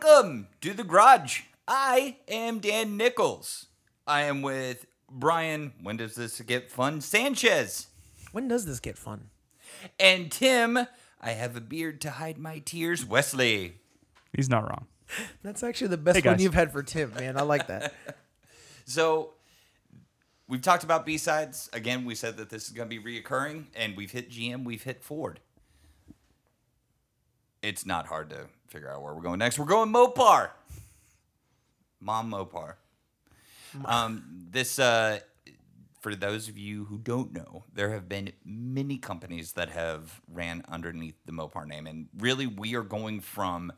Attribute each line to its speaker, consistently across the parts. Speaker 1: to the garage. I am Dan Nichols. I am with Brian. When does this get fun? Sanchez
Speaker 2: When does this get fun?
Speaker 1: and Tim. I have a beard to hide my tears. Wesley.
Speaker 3: He's not wrong.
Speaker 2: That's actually the best
Speaker 3: Hey,
Speaker 2: one
Speaker 3: guys.
Speaker 2: you've had for Tim, man. I like that.
Speaker 1: So we've talked about B sides. Again, we said that this is going to be reoccurring, and we've hit GM, we've hit Ford. It's not hard to figure out where we're going next. We're going Mopar. Mom Mopar. Um, this, uh, for those of you who don't know, there have been many companies that have ran underneath the Mopar name. And really, we are going from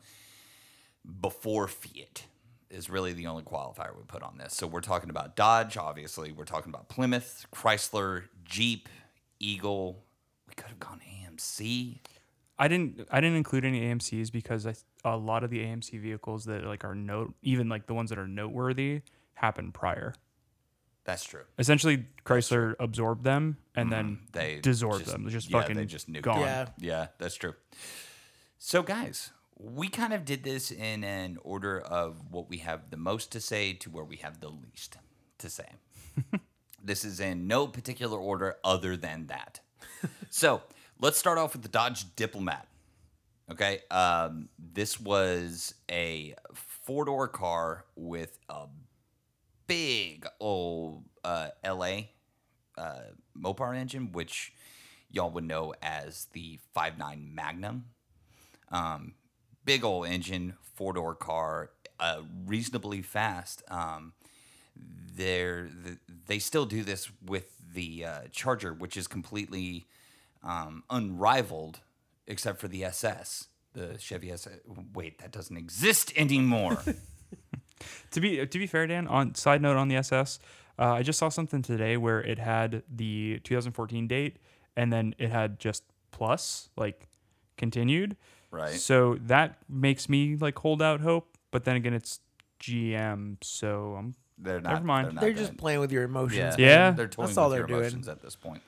Speaker 1: before Fiat is really the only qualifier we put on this. So we're talking about Dodge, obviously. We're talking about Plymouth, Chrysler, Jeep, Eagle. We could have gone AMC.
Speaker 3: I didn't I didn't include any AMCs because I, a lot of the AMC vehicles that like are note even like the ones that are noteworthy happened prior.
Speaker 1: That's true.
Speaker 3: Essentially, Chrysler absorbed them and then
Speaker 1: Mm-hmm. They
Speaker 3: desorbed
Speaker 1: just-
Speaker 3: them. They're just
Speaker 1: yeah,
Speaker 3: fucking
Speaker 1: they just nuked
Speaker 3: gone.
Speaker 1: it.
Speaker 2: Yeah.
Speaker 1: Yeah, that's true. So guys, we kind of did this in an order of what we have the most to say to where we have the least to say. this is in no particular order other than that. so let's start off with the Dodge Diplomat. Okay. Um, this was a four door car with a big old uh, LA uh, Mopar engine, which y'all would know as the 5.9 Magnum. Um, big old engine, four door car, uh, reasonably fast. Um, they're, th- they still do this with the uh, Charger, which is completely um, unrivaled except for the SS. The Chevy SS. Wait, that doesn't exist anymore.
Speaker 3: To be to be fair, Dan. On side note on the SS, uh, I just saw something today where it had the 2014 date and then it had just plus like continued.
Speaker 1: Right.
Speaker 3: So that makes me like hold out hope, but then again, it's GM, so I'm
Speaker 1: They're not.
Speaker 3: Never mind.
Speaker 1: not
Speaker 2: They're
Speaker 1: doing
Speaker 2: just
Speaker 1: it.
Speaker 2: playing with your emotions.
Speaker 1: they're-
Speaker 3: Yeah.
Speaker 1: They're toying
Speaker 2: That's all
Speaker 1: with your
Speaker 2: they're doing.
Speaker 1: emotions at this point.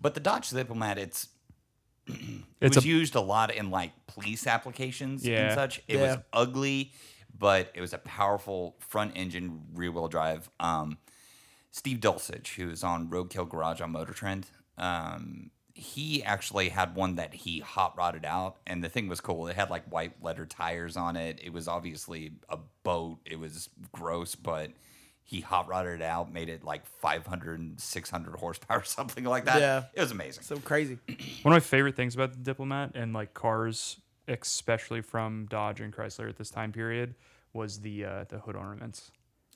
Speaker 1: But the Dodge Diplomat, it's it
Speaker 3: It's
Speaker 1: was
Speaker 3: a-
Speaker 1: used a lot in like police applications and
Speaker 3: Yeah.
Speaker 1: such. It was
Speaker 2: Yeah.
Speaker 1: ugly, but it was a powerful front engine, rear wheel drive. Um, Steve Dulcich, who is on Roadkill Garage on Motor Trend, um, he actually had one that he hot rodded out, and the thing was cool. It had like white leather tires on it. It was obviously a boat. It was gross, but he hot rodded it out, made it like 500, 600 horsepower, something like that.
Speaker 2: Yeah.
Speaker 1: It was amazing.
Speaker 2: So crazy.
Speaker 3: One of my favorite things about the Diplomat and like cars, especially from Dodge and Chrysler at this time period, was the uh, the hood ornaments.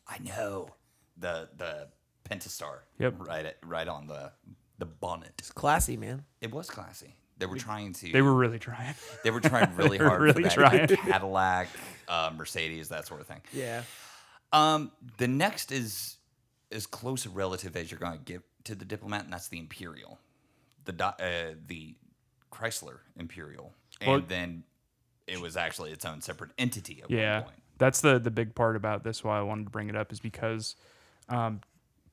Speaker 1: I know the the Pentastar.
Speaker 3: Yep.
Speaker 1: Right, right on the the bonnet.
Speaker 2: It's classy, man.
Speaker 1: It was classy. They were trying to.
Speaker 3: They were really trying.
Speaker 1: They were trying really
Speaker 3: were
Speaker 1: hard
Speaker 3: really
Speaker 1: for that
Speaker 3: trying.
Speaker 1: Cadillac, uh, Mercedes, that sort of thing.
Speaker 2: Yeah.
Speaker 1: Um, the next is as close a relative as you're going to get to the diplomat, and that's the Imperial, the Do- uh, the Chrysler Imperial, and
Speaker 3: Well-
Speaker 1: then it was actually its own separate entity at
Speaker 3: yeah,
Speaker 1: one point.
Speaker 3: that's the the big part about this. Why I wanted to bring it up is because um,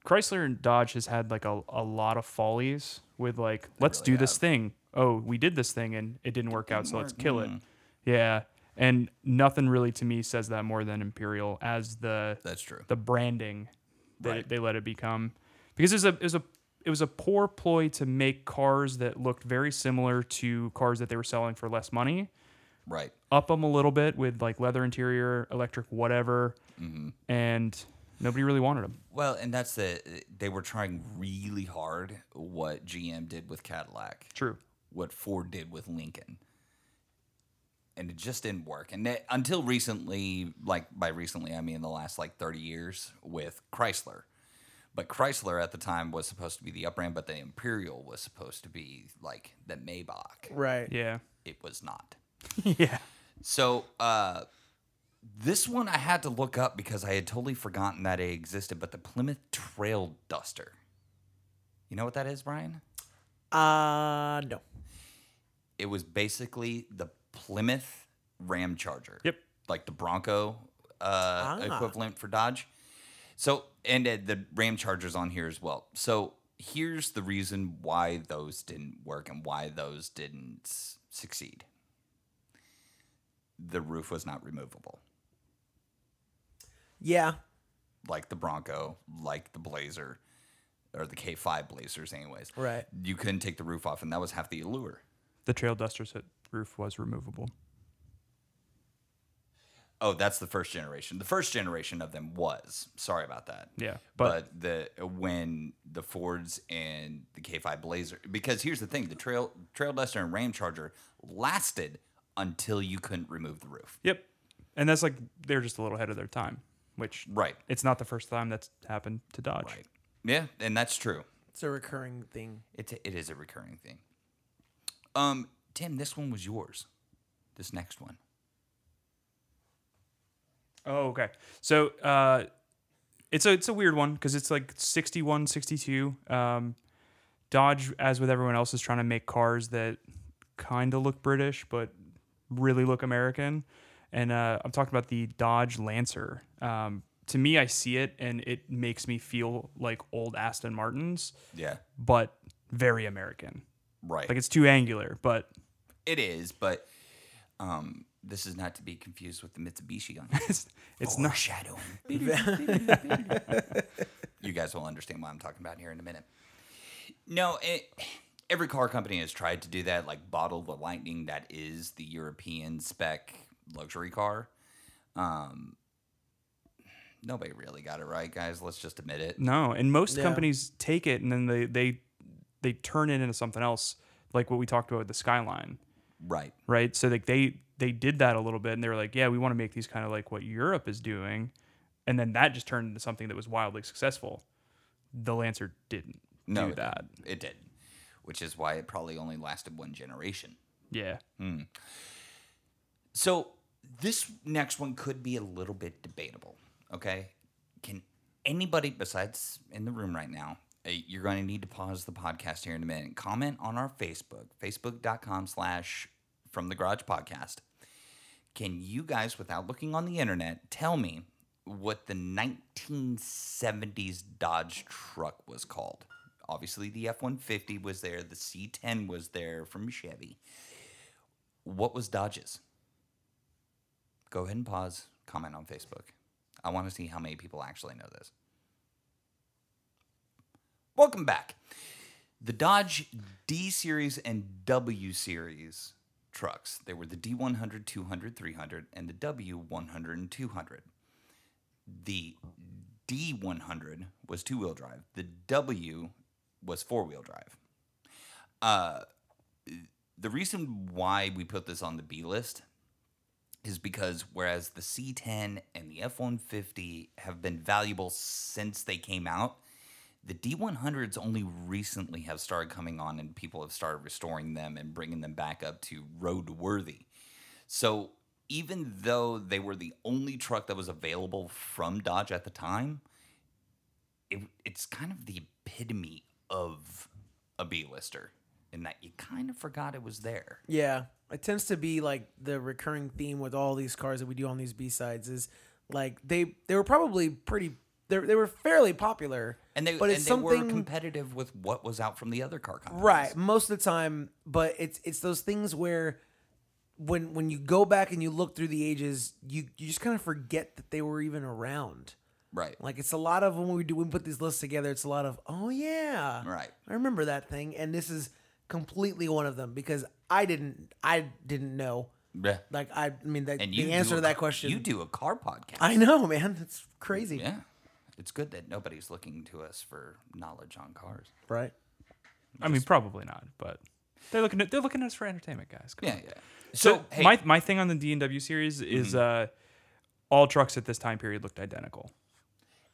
Speaker 3: Chrysler and Dodge has had like a, a lot of follies with like let's
Speaker 1: really
Speaker 3: do this
Speaker 1: have.
Speaker 3: thing. Oh, we did this thing and it didn't work out, so let's kill it.
Speaker 1: Mm.
Speaker 3: Yeah, and nothing really to me says that more than Imperial as the
Speaker 1: That's true.
Speaker 3: the branding that
Speaker 1: Right.
Speaker 3: they let it become because it was a it was a it was a poor ploy to make cars that looked very similar to cars that they were selling for less money
Speaker 1: Right.
Speaker 3: up them a little bit with like leather interior electric whatever and nobody really wanted them
Speaker 1: Well, and that's the they were trying really hard what GM did with Cadillac.
Speaker 3: true
Speaker 1: what Ford did with Lincoln. And it just didn't work. And that, until recently, like by recently, I mean the last like 30 years with Chrysler. But Chrysler at the time was supposed to be the up brand, but the Imperial was supposed to be like the Maybach.
Speaker 2: Right.
Speaker 3: yeah
Speaker 1: It was not.
Speaker 3: yeah
Speaker 1: So uh, this one I had to look up because I had totally forgotten that it existed, but the Plymouth Trail Duster. You know what that is, Brian?
Speaker 2: Uh no.
Speaker 1: it was basically the Plymouth Ram Charger.
Speaker 3: Yep.
Speaker 1: Like the Bronco uh, equivalent for Dodge. So, and uh, the Ram Charger's on here as well. So, here's the reason why those didn't work and why those didn't s- succeed the roof was not removable.
Speaker 2: Yeah.
Speaker 1: like the Bronco, like the Blazer, or the K5 Blazers, anyways.
Speaker 2: Right.
Speaker 1: You couldn't take the roof off, and that was half the allure.
Speaker 3: The Trail Duster's hit roof was removable.
Speaker 1: Oh, that's the first generation. The first generation of them was. Sorry about that.
Speaker 3: Yeah, but-
Speaker 1: But, the when the Fords and the K5 Blazer because here's the thing, the Trail Trail Duster and Ram Charger lasted until you couldn't remove the roof.
Speaker 3: Yep. And that's like they're just a little ahead of their time, which
Speaker 1: Right.
Speaker 3: it's not the first time that's happened to Dodge.
Speaker 1: Right. Yeah, and that's true.
Speaker 2: It's a recurring thing.
Speaker 1: It's a, it is a recurring thing. Um, Tim, this one was yours. This next one.
Speaker 3: Oh, okay. So uh, it's a it's a weird one because it's like 61, 62. Um, Dodge, as with everyone else, is trying to make cars that kind of look British but really look American. And uh, I'm talking about the Dodge Lancer. Um, to me, I see it and it makes me feel like old Aston Martins,
Speaker 1: Yeah.
Speaker 3: but very American.
Speaker 1: Right.
Speaker 3: Like it's too angular, but
Speaker 1: It is, but um, this is not to be confused with the Mitsubishi on
Speaker 3: it's, it's not.
Speaker 1: shadowing. you guys will understand what I'm talking about here in a minute. No, it, every car company has tried to do that, like bottle the lightning. That is the European spec luxury car. Um, nobody really got it right, guys. Let's just admit it.
Speaker 3: No, and most
Speaker 2: Yeah.
Speaker 3: companies take it and then they they they turn it into something else, like what we talked about with the Skyline,
Speaker 1: Right.
Speaker 3: right? So like they they did that a little bit and they were like, yeah, we want to make these kind of like what Europe is doing, and then that just turned into something that was wildly successful. The Lancer didn't
Speaker 1: No,
Speaker 3: do
Speaker 1: it didn't.
Speaker 3: that.
Speaker 1: It did, which is why it probably only lasted one generation.
Speaker 3: Yeah,
Speaker 1: So this next one could be a little bit debatable. Okay, can anybody besides in the room right now? uh, You're going to need to pause the podcast here in a minute and comment on our Facebook, facebook.com slash from the garage podcast. Can you guys, without looking on the internet, tell me what the 1970s Dodge truck was called? Obviously, the F 150 was there, the C 10 was there from Chevy. What was Dodge's? go ahead and pause, comment on Facebook. I want to see how many people actually know this. Welcome back. The Dodge D Series and W Series trucks. They were the D100, 200, 300, and the W100 and 200. The D100 was two wheel drive, the W was four wheel drive. Uh, the reason why we put this on the B list is because whereas the C10 and the F150 have been valuable since they came out, the D100s only recently have started coming on and people have started restoring them and bringing them back up to roadworthy. So even though they were the only truck that was available from Dodge at the time, it, it's kind of the epitome of a B-lister in that you kind of forgot it was there.
Speaker 2: Yeah. It tends to be like the recurring theme with all these cars that we do on these B sides is like they they were probably pretty they they were fairly popular.
Speaker 1: And they,
Speaker 2: but it's
Speaker 1: and they
Speaker 2: something
Speaker 1: were competitive with what was out from the other car companies.
Speaker 2: right most of the time. But it's it's those things where when when you go back and you look through the ages, you you just kind of forget that they were even around.
Speaker 1: Right.
Speaker 2: Like it's a lot of when we do when we put these lists together, it's a lot of oh yeah,
Speaker 1: Right.
Speaker 2: I remember that thing, and this is completely one of them because I didn't I didn't know
Speaker 1: Yeah.
Speaker 2: like I, I mean that
Speaker 1: And you
Speaker 2: the
Speaker 1: do
Speaker 2: answer
Speaker 1: a
Speaker 2: to that
Speaker 1: ca-
Speaker 2: question.
Speaker 1: You do a car podcast.
Speaker 2: I know, man, it's crazy,
Speaker 1: yeah. It's good that nobody's looking to us for knowledge on cars.
Speaker 2: right?
Speaker 3: I mean probably not, but they're looking at they're looking at us for entertainment, guys. Come
Speaker 1: Yeah.
Speaker 3: on.
Speaker 1: Yeah. So,
Speaker 3: So,
Speaker 1: hey, Mm-hmm.
Speaker 3: my my thing on the D and W series is uh, all trucks at this time period looked identical.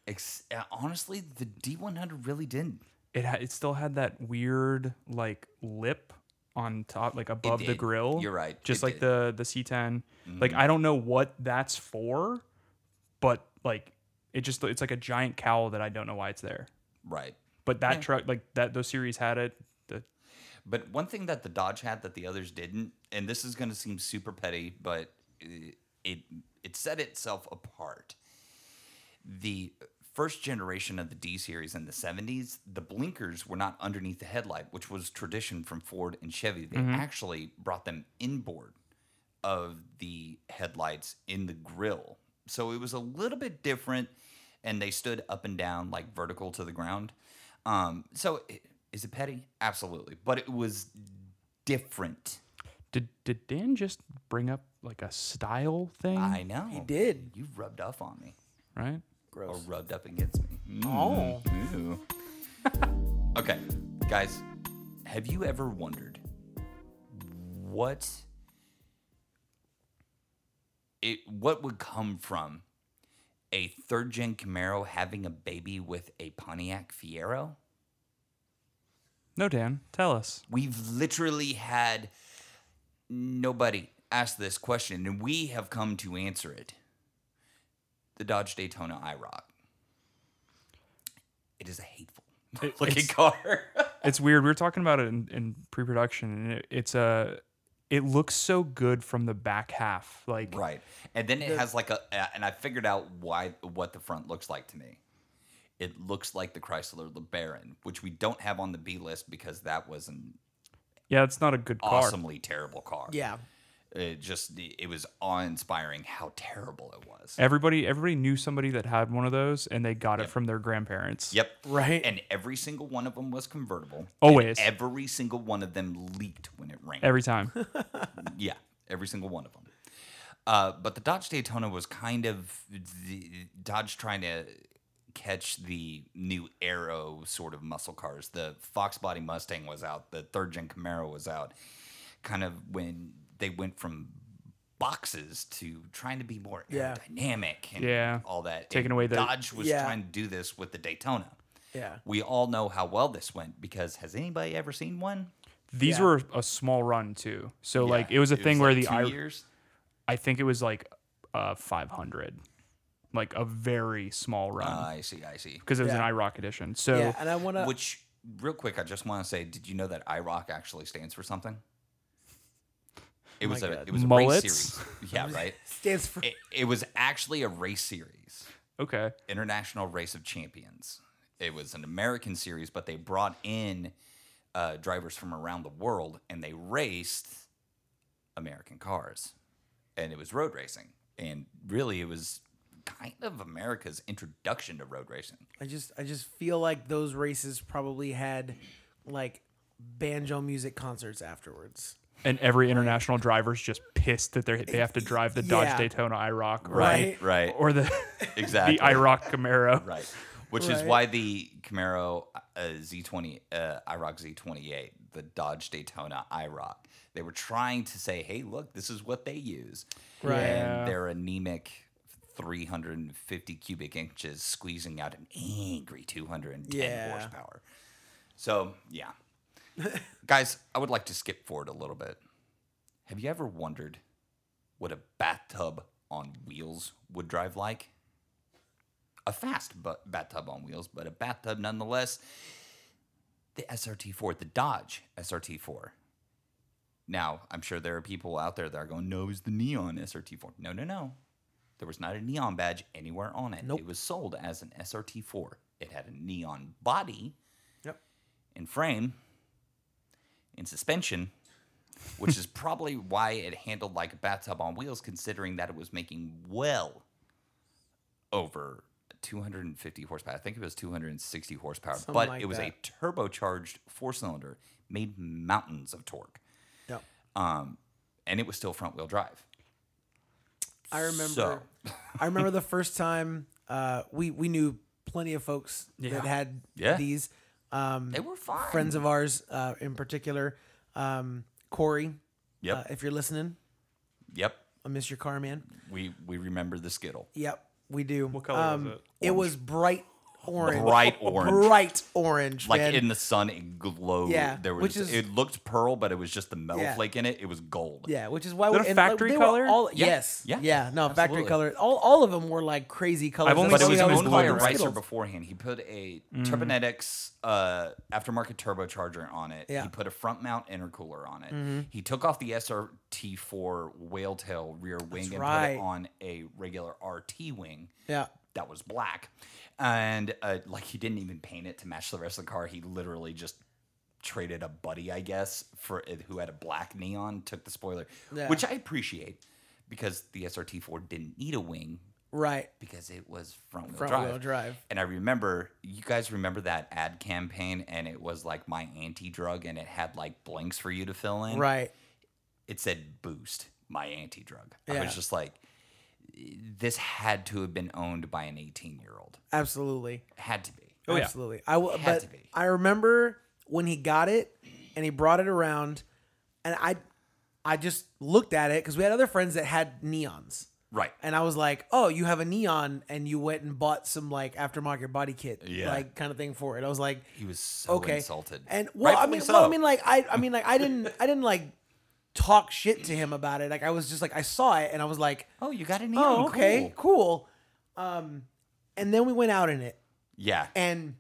Speaker 1: ex- uh, honestly, the D100 really didn't.
Speaker 3: it ha- it still had that weird like lip on top, like above the
Speaker 1: did.
Speaker 3: grill.
Speaker 1: You're right,
Speaker 3: Just
Speaker 1: it
Speaker 3: like
Speaker 1: did. Mm-hmm.
Speaker 3: the the C10. Like I don't know what that's for, but like it just it's like a giant cowl that I don't know why it's there.
Speaker 1: Right.
Speaker 3: But that truck, like that, those series had it. The,
Speaker 1: But one thing that the Dodge had that the others didn't, and this is going to seem super petty, but it, it it set itself apart. The first generation of the D series in the 70s, the blinkers were not underneath the headlight, which was tradition from Ford and Chevy. They actually brought them inboard of the headlights in the grill So it was a little bit different, and they stood up and down, like vertical to the ground. Um, so i- is it petty? Absolutely. But it was different.
Speaker 3: Did did Dan just bring up like a style thing?
Speaker 1: I know.
Speaker 2: He did.
Speaker 1: You rubbed off on me.
Speaker 3: right.
Speaker 1: Or
Speaker 2: Gross.
Speaker 1: rubbed up against me.
Speaker 2: Oh.
Speaker 1: Ooh. okay, guys, have you ever wondered what it what would come from a third gen Camaro having a baby with a Pontiac Fiero?
Speaker 3: No, Dan, tell us.
Speaker 1: We've literally had nobody ask this question, and we have come to answer it. The Dodge Daytona IROC. It is a hateful
Speaker 3: It-
Speaker 1: looking
Speaker 3: it's-
Speaker 1: car.
Speaker 3: It's weird. We were talking about it in, in pre-production, and it, it's a. It looks so good from the back half, like
Speaker 1: right, and then it has like a, a- and I figured out why what the front looks like to me. It looks like the Chrysler LeBaron, which we don't have on the B list because that was an
Speaker 3: yeah, it's not a good car.
Speaker 1: awesomely terrible car.
Speaker 2: Yeah.
Speaker 1: it just it was awe inspiring how terrible it was.
Speaker 3: Everybody, everybody knew somebody that had one of those, and they got it from their grandparents.
Speaker 1: Yep.
Speaker 2: Right.
Speaker 1: And every single one of them was convertible. And
Speaker 3: Always.
Speaker 1: every single one of them leaked when it rained.
Speaker 3: Every time.
Speaker 1: yeah. Every single one of them. Uh, but the Dodge Daytona was kind of the Dodge trying to catch the new arrow sort of muscle cars. The Fox Body Mustang was out. The third gen Camaro was out. Kind of when they went from boxes to trying to be more
Speaker 2: Yeah.
Speaker 1: aerodynamic and
Speaker 3: Yeah.
Speaker 1: all that.
Speaker 3: Taking
Speaker 1: And
Speaker 3: away the-
Speaker 1: Dodge was
Speaker 2: Yeah.
Speaker 1: trying to do this with the Daytona.
Speaker 2: Yeah.
Speaker 1: We all know how well this went because has anybody ever seen one?
Speaker 3: These
Speaker 2: Yeah.
Speaker 3: were a small run too, so like
Speaker 1: Yeah,
Speaker 3: it was a thing where
Speaker 1: like
Speaker 3: the I,
Speaker 1: two years.
Speaker 3: I think it was like uh 500, like a very small
Speaker 1: Uh,
Speaker 3: run
Speaker 1: I see, I see.
Speaker 3: because it was
Speaker 2: yeah.
Speaker 3: an IROC edition. So
Speaker 2: Yeah. And I want to.
Speaker 1: Which, real quick, I just want to say, did you know that IROC actually stands for something? It was a
Speaker 2: God.
Speaker 1: it was a race
Speaker 3: Mullets?
Speaker 1: series. Yeah, right.
Speaker 2: Stands for.
Speaker 1: It, it was actually a race series,
Speaker 3: okay,
Speaker 1: International Race of Champions. It was an American series, but they brought in uh, drivers from around the world and they raced American cars, and it was road racing. And really, it was kind of America's introduction to road racing.
Speaker 2: I just I just feel like those races probably had like banjo music concerts afterwards.
Speaker 3: and every international driver's just pissed that they they have to drive the Dodge
Speaker 2: Yeah.
Speaker 3: Daytona IROC or,
Speaker 2: Right.
Speaker 1: right,
Speaker 3: or the
Speaker 1: exactly.
Speaker 3: the IROC Camaro.
Speaker 1: Right. Which is
Speaker 2: Right.
Speaker 1: why the Camaro uh, Z20, uh, IROC Z28, the Dodge Daytona IROC, they were trying to say, hey, look, this is what they use.
Speaker 2: Right.
Speaker 3: Yeah.
Speaker 1: And their anemic 350 cubic inches squeezing out an angry 210
Speaker 2: Yeah.
Speaker 1: horsepower. So, yeah. Guys, I would like to skip forward a little bit. Have you ever wondered what a bathtub on wheels would drive like? a fast bu- bathtub on wheels, but a bathtub nonetheless. The SRT4, the Dodge SRT4. Now, I'm sure there are people out there that are going, no, it's the neon SRT4. No, no, no. There was not a neon badge anywhere on it.
Speaker 2: Nope.
Speaker 1: It was sold as an SRT4. It had a neon body
Speaker 2: Yep.
Speaker 1: and frame and suspension, which is probably why it handled like a bathtub on wheels, considering that it was making well over 250 horsepower. I think it was 260 horsepower,
Speaker 2: Something
Speaker 1: but
Speaker 2: like
Speaker 1: it was
Speaker 2: that.
Speaker 1: a turbocharged four cylinder, made mountains of torque.
Speaker 2: Yep.
Speaker 1: Um, and it was still front wheel drive.
Speaker 2: I remember
Speaker 1: So-
Speaker 2: I remember the first time uh, we we knew plenty of folks
Speaker 3: Yeah.
Speaker 2: that had
Speaker 1: Yeah.
Speaker 2: these um,
Speaker 1: They were fine.
Speaker 2: friends of ours uh, in particular um, Corey
Speaker 1: Yep.
Speaker 2: uh, if you're listening
Speaker 1: yep.
Speaker 2: I miss your car man
Speaker 1: We we remember the Skittle.
Speaker 2: yep we do Um,
Speaker 3: What color was it?
Speaker 2: it was bright orange
Speaker 1: Bright orange.
Speaker 2: bright orange
Speaker 1: Like
Speaker 2: man.
Speaker 1: in the sun, it glowed.
Speaker 2: Yeah,
Speaker 1: There was
Speaker 2: which is-
Speaker 1: it looked pearl, but it was just the metal
Speaker 2: Yeah.
Speaker 1: flake in it. It was gold.
Speaker 2: Yeah, which is why
Speaker 3: They're
Speaker 2: we- and,
Speaker 3: factory
Speaker 2: they were
Speaker 3: color?
Speaker 2: All,
Speaker 1: Yeah,
Speaker 2: Yes.
Speaker 1: yeah,
Speaker 2: Yeah. No, factory
Speaker 1: absolutely.
Speaker 2: color. All, all of them were like crazy colors.
Speaker 3: I've only
Speaker 1: But
Speaker 2: That's
Speaker 1: it
Speaker 3: seen
Speaker 2: why
Speaker 1: was
Speaker 2: we always
Speaker 1: owned by a
Speaker 2: called them
Speaker 1: racer
Speaker 2: Skittles.
Speaker 1: beforehand. He put a Turbonetics uh, aftermarket turbocharger on it.
Speaker 2: Yeah. Mm-hmm.
Speaker 1: He put a front mount intercooler on it. He took off the SRT4 whale tail rear wing and put
Speaker 2: right.
Speaker 1: it on a regular RT wing
Speaker 2: Yeah.
Speaker 1: that was black. And uh, like he didn't even paint it to match the rest of the car. He literally just traded a buddy, I guess, for uh, who had a black neon, took the spoiler,
Speaker 2: Yeah.
Speaker 1: which I appreciate because the SRT4 didn't need a wing.
Speaker 2: Right.
Speaker 1: because it was front wheel
Speaker 2: Front
Speaker 1: drive.
Speaker 2: wheel drive.
Speaker 1: And I remember you guys remember that ad campaign, and it was like my anti drug, and it had like blanks for you to fill in.
Speaker 2: Right.
Speaker 1: It said boost my anti drug. I
Speaker 2: Yeah.
Speaker 1: was just like, this had to have been owned by an 18 year old.
Speaker 2: Absolutely.
Speaker 1: Had to be.
Speaker 3: yeah.
Speaker 2: Absolutely. I w-
Speaker 1: Oh, Had
Speaker 2: but
Speaker 1: to be.
Speaker 2: I remember when he got it and he brought it around and I I just looked at it cuz we had other friends that had neons.
Speaker 1: Right.
Speaker 2: And I was like, "Oh, you have a neon and you went and bought some like aftermarket body kit
Speaker 1: Yeah.
Speaker 2: like kind of thing for it." I was like,
Speaker 1: He was so
Speaker 2: okay.
Speaker 1: insulted.
Speaker 2: And well, I
Speaker 1: Rightfully
Speaker 2: mean,
Speaker 1: so.
Speaker 2: well, I mean, like I, I mean, like I didn't, I didn't like talk shit to him about it. Like I was just like, I saw it and I was like,
Speaker 1: oh, you got an neon.
Speaker 2: oh, okay,
Speaker 1: Cool.
Speaker 2: cool. Um, and then we went out in it,
Speaker 1: Yeah.
Speaker 2: and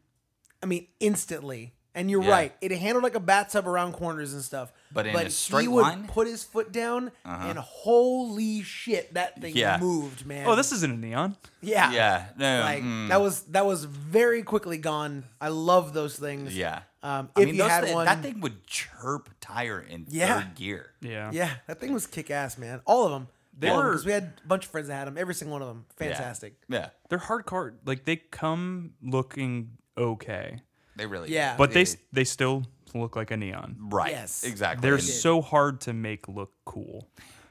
Speaker 2: I mean, instantly. And you're
Speaker 1: Yeah.
Speaker 2: right; it handled like a bathtub around corners and stuff.
Speaker 1: But in a
Speaker 2: he
Speaker 1: straight
Speaker 2: would
Speaker 1: line? Uh-huh.
Speaker 2: put his foot down, and holy shit, that thing
Speaker 1: Yeah.
Speaker 2: moved, man.
Speaker 3: Oh, this isn't a neon.
Speaker 2: yeah,
Speaker 1: yeah. No.
Speaker 2: Like
Speaker 1: mm,
Speaker 2: that was that was very quickly gone. I love those things.
Speaker 1: yeah.
Speaker 2: Um,
Speaker 1: I
Speaker 2: if
Speaker 1: mean,
Speaker 2: you
Speaker 1: those
Speaker 2: had
Speaker 1: thi-
Speaker 2: one,
Speaker 1: that thing would chirp tire in
Speaker 2: Yeah.
Speaker 1: third gear.
Speaker 3: Yeah.
Speaker 2: Yeah, that thing was kick ass, man. All of them.
Speaker 3: They
Speaker 2: They were
Speaker 3: were-
Speaker 2: because we had a bunch of friends that had them. Every single one of them,
Speaker 1: Yeah.
Speaker 2: fantastic.
Speaker 1: Yeah.
Speaker 3: They're hardcore. Like they come looking okay,
Speaker 1: They really.
Speaker 2: Yeah.
Speaker 3: but they
Speaker 1: did.
Speaker 3: s- they still look like a neon.
Speaker 1: Right.
Speaker 2: Yes.
Speaker 1: Exactly.
Speaker 3: They're
Speaker 1: And-
Speaker 3: so hard to make look cool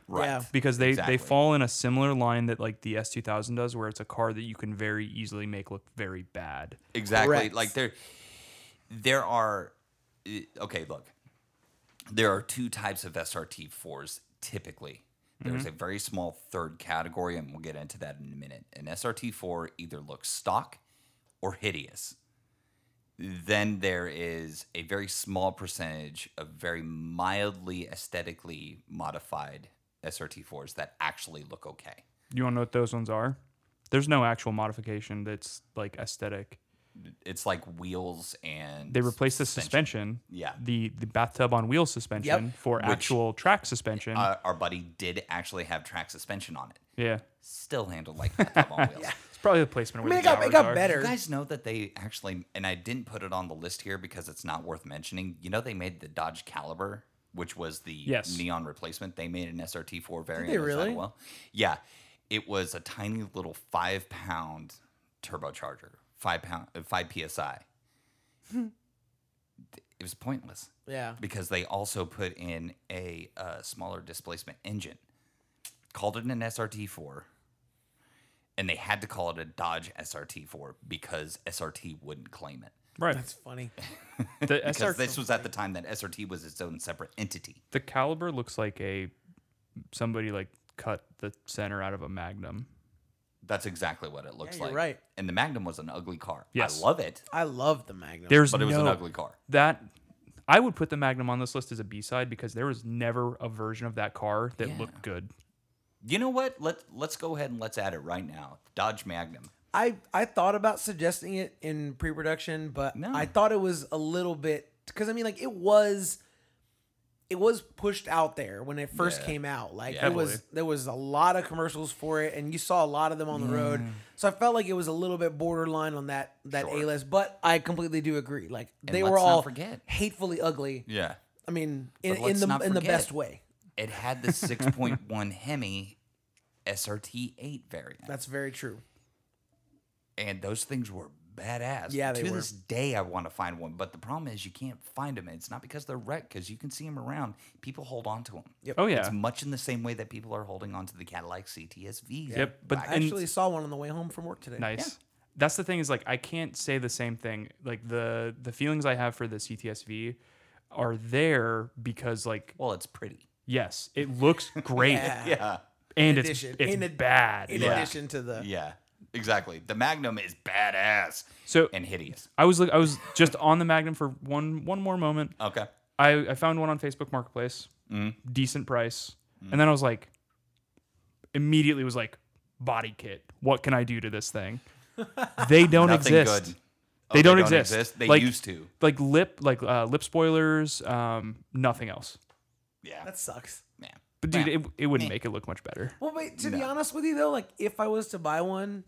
Speaker 1: right.
Speaker 2: Yeah.
Speaker 3: because they
Speaker 1: Exactly.
Speaker 3: they fall in a similar line that like the S2000 does, where it's a car that you can very easily make look very bad.
Speaker 1: Exactly.
Speaker 2: Correct.
Speaker 1: Like there, there are. eh, Okay, look. There are two types of SRT fours typically. There's a very small third category, and we'll get into that in a minute. An SRT four either looks stock or hideous. Then there is a very small percentage of very mildly aesthetically modified SRT fours that actually look okay.
Speaker 3: You want to know what those ones are? There's no actual modification that's like aesthetic.
Speaker 1: It's like wheels and
Speaker 3: They replaced the suspension.
Speaker 1: Yeah.
Speaker 3: The the bathtub on wheel suspension for actual track suspension.
Speaker 1: uh, our buddy did actually have track suspension on it.
Speaker 3: yeah.
Speaker 1: Still handled like bathtub on wheels.
Speaker 3: It's probably the placement.
Speaker 2: I
Speaker 3: where
Speaker 2: mean, it
Speaker 3: the
Speaker 2: got it
Speaker 3: flowers
Speaker 2: got
Speaker 3: are.
Speaker 1: You
Speaker 2: better.
Speaker 1: guys know that they actually, and I didn't put it on the list here because it's not worth mentioning. You know, they made the Dodge Caliber, which was the
Speaker 3: Yes.
Speaker 1: neon replacement. They made an SRT4 variant.
Speaker 2: they
Speaker 1: of that
Speaker 2: really?
Speaker 1: Well, yeah, it was a tiny little five pound turbocharger, five pound, uh, five psi.
Speaker 2: Hmm.
Speaker 1: it was pointless
Speaker 2: yeah,
Speaker 1: because they also put in a uh, smaller displacement engine, called it an SRT4, and they had to call it a Dodge SRT4 because SRT wouldn't claim it.
Speaker 3: Right.
Speaker 2: that's funny.
Speaker 3: The
Speaker 1: Because
Speaker 3: SR
Speaker 1: this was at the time that SRT was its own separate entity.
Speaker 3: the caliber looks like a somebody like cut the center out of a magnum.
Speaker 1: That's exactly what it looks
Speaker 2: Yeah, you're
Speaker 1: like.
Speaker 2: right.
Speaker 1: And the Magnum was an ugly car.
Speaker 3: Yes.
Speaker 1: I love it,
Speaker 2: I love the Magnum.
Speaker 3: There's
Speaker 1: but it was
Speaker 3: no
Speaker 1: an ugly car.
Speaker 3: that I would put the Magnum on this list as a B side because there was never a version of that car that
Speaker 1: Yeah.
Speaker 3: looked good.
Speaker 1: You know what? Let let's go ahead and let's add it right now. Dodge Magnum.
Speaker 2: I I thought about suggesting it in pre-production, but
Speaker 1: No.
Speaker 2: I thought it was a little bit because I mean, like it was, it was pushed out there when it first
Speaker 1: Yeah.
Speaker 2: came out. Like
Speaker 1: Yeah.
Speaker 2: it was,
Speaker 3: Heavily.
Speaker 2: there was a lot of commercials for it, and you saw a lot of them on the road. So I felt like it was a little bit borderline on that that
Speaker 1: Sure.
Speaker 2: A list, but I completely do agree. Like they
Speaker 1: let's
Speaker 2: were
Speaker 1: not
Speaker 2: all
Speaker 1: forget.
Speaker 2: hatefully ugly.
Speaker 1: Yeah.
Speaker 2: I mean, in,
Speaker 1: But
Speaker 2: in
Speaker 1: let's
Speaker 2: the
Speaker 1: not
Speaker 2: in the
Speaker 1: forget.
Speaker 2: best way.
Speaker 1: It had the 6.1 Hemi SRT8 variant.
Speaker 2: That's very true.
Speaker 1: and those things were badass.
Speaker 2: Yeah, they
Speaker 1: to
Speaker 2: were.
Speaker 1: this day I want to find one, but the problem is you can't find them. It's not because they're wrecked, because you can see them around. People hold on to them.
Speaker 2: Yep.
Speaker 3: Oh yeah.
Speaker 1: It's much in the same way that people are holding on to the Cadillac CTSVs.
Speaker 3: Yep, but
Speaker 1: back-
Speaker 2: I
Speaker 3: And-
Speaker 2: actually saw one on the way home from work today.
Speaker 3: Nice. That's the thing is like I can't say the same thing. Like the the feelings I have for the CTSV are there because like
Speaker 1: well, it's pretty.
Speaker 3: yes, it looks great
Speaker 2: Ah.
Speaker 1: Yeah,
Speaker 3: and it's
Speaker 2: addition-
Speaker 3: it's
Speaker 2: in ad-
Speaker 3: bad.
Speaker 2: In
Speaker 3: Like,
Speaker 2: addition to the
Speaker 1: yeah, exactly. The Magnum is badass
Speaker 3: so
Speaker 1: and hideous.
Speaker 3: I was look, I was just on the Magnum for one one more moment.
Speaker 1: Okay,
Speaker 3: I, I found one on Facebook Marketplace,
Speaker 1: Mm-hmm.
Speaker 3: decent price, and then I was like, immediately was like, body kit. What can I do to this thing? They don't
Speaker 1: Nothing
Speaker 3: exist.
Speaker 1: good. Oh,
Speaker 3: They, don't, exist.
Speaker 1: They
Speaker 3: Like-
Speaker 1: used to.
Speaker 3: Like lip, like uh, lip spoilers, um, nothing else.
Speaker 1: Yeah,
Speaker 2: that sucks.
Speaker 1: man.
Speaker 3: But dude, it, it wouldn't make it look much better.
Speaker 2: Well, wait. To be honest with you, though, like if I was to buy one,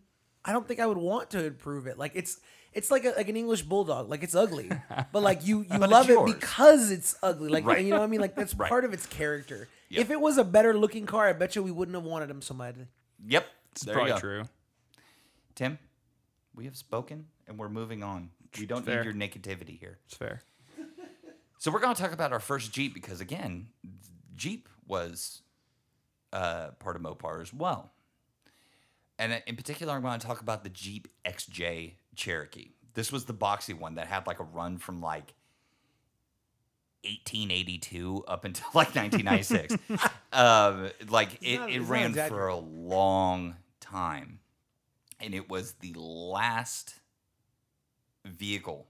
Speaker 2: I don't think I would want to improve it. Like it's it's like a, like an English bulldog. Like it's ugly, but like you you
Speaker 1: But
Speaker 2: love
Speaker 1: it's
Speaker 2: it
Speaker 1: yours.
Speaker 2: because it's ugly. Like
Speaker 1: Right.
Speaker 2: you know what I mean. Like that's
Speaker 1: Right.
Speaker 2: part of its character.
Speaker 1: Yep.
Speaker 2: If it was a better looking car, I bet you we wouldn't have wanted him so much.
Speaker 1: Yep,
Speaker 3: It's
Speaker 1: there you
Speaker 3: probably
Speaker 1: go.
Speaker 3: true.
Speaker 1: Tim, we have spoken and we're moving on. We don't
Speaker 3: Fair.
Speaker 1: need your negativity here.
Speaker 3: It's fair.
Speaker 1: So we're going to talk about our first Jeep because again, Jeep was uh, part of Mopar as well. And in particular, I'm going to talk about the Jeep XJ Cherokee. This was the boxy one that had like a run from like 1882 up until like 1996. um, like it,
Speaker 2: not-
Speaker 1: it
Speaker 2: it's not
Speaker 1: ran
Speaker 2: exact-
Speaker 1: for a long time. And it was the last vehicle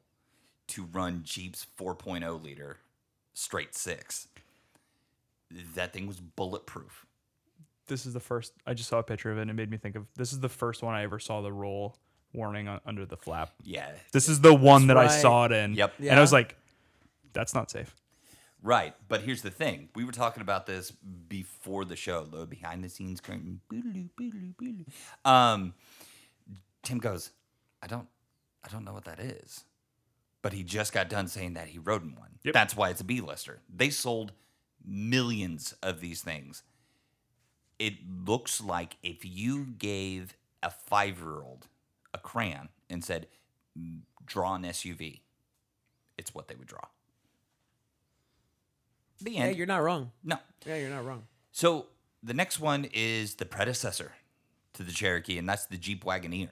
Speaker 1: to run Jeep's 4.0 liter straight six. That thing was bulletproof.
Speaker 3: This is the first. I just saw a picture of it and it made me think of this is the first one I ever saw the roll warning on, under the flap.
Speaker 1: Yeah.
Speaker 3: This is the one that I
Speaker 2: right.
Speaker 3: saw it in.
Speaker 1: Yep.
Speaker 3: And I was
Speaker 2: Yeah.
Speaker 3: like, that's not safe.
Speaker 1: Right. But here's the thing. We were talking about this before the show, the behind the scenes curtain. Boodaloo, boodaloo, boodaloo. Um, Tim goes, I don't I don't know what that is. But he just got done saying that he rode in one.
Speaker 3: Yep.
Speaker 1: That's why it's a B lister. They sold millions of these things. It looks like if you gave a five year old a crayon and said, "Mm, draw an SUV, it's what they would draw. The
Speaker 2: Yeah,
Speaker 1: end.
Speaker 2: you're not wrong.
Speaker 1: no.
Speaker 2: Yeah, you're not wrong.
Speaker 1: So the next one is the predecessor to the Cherokee, and that's the Jeep Wagoneer.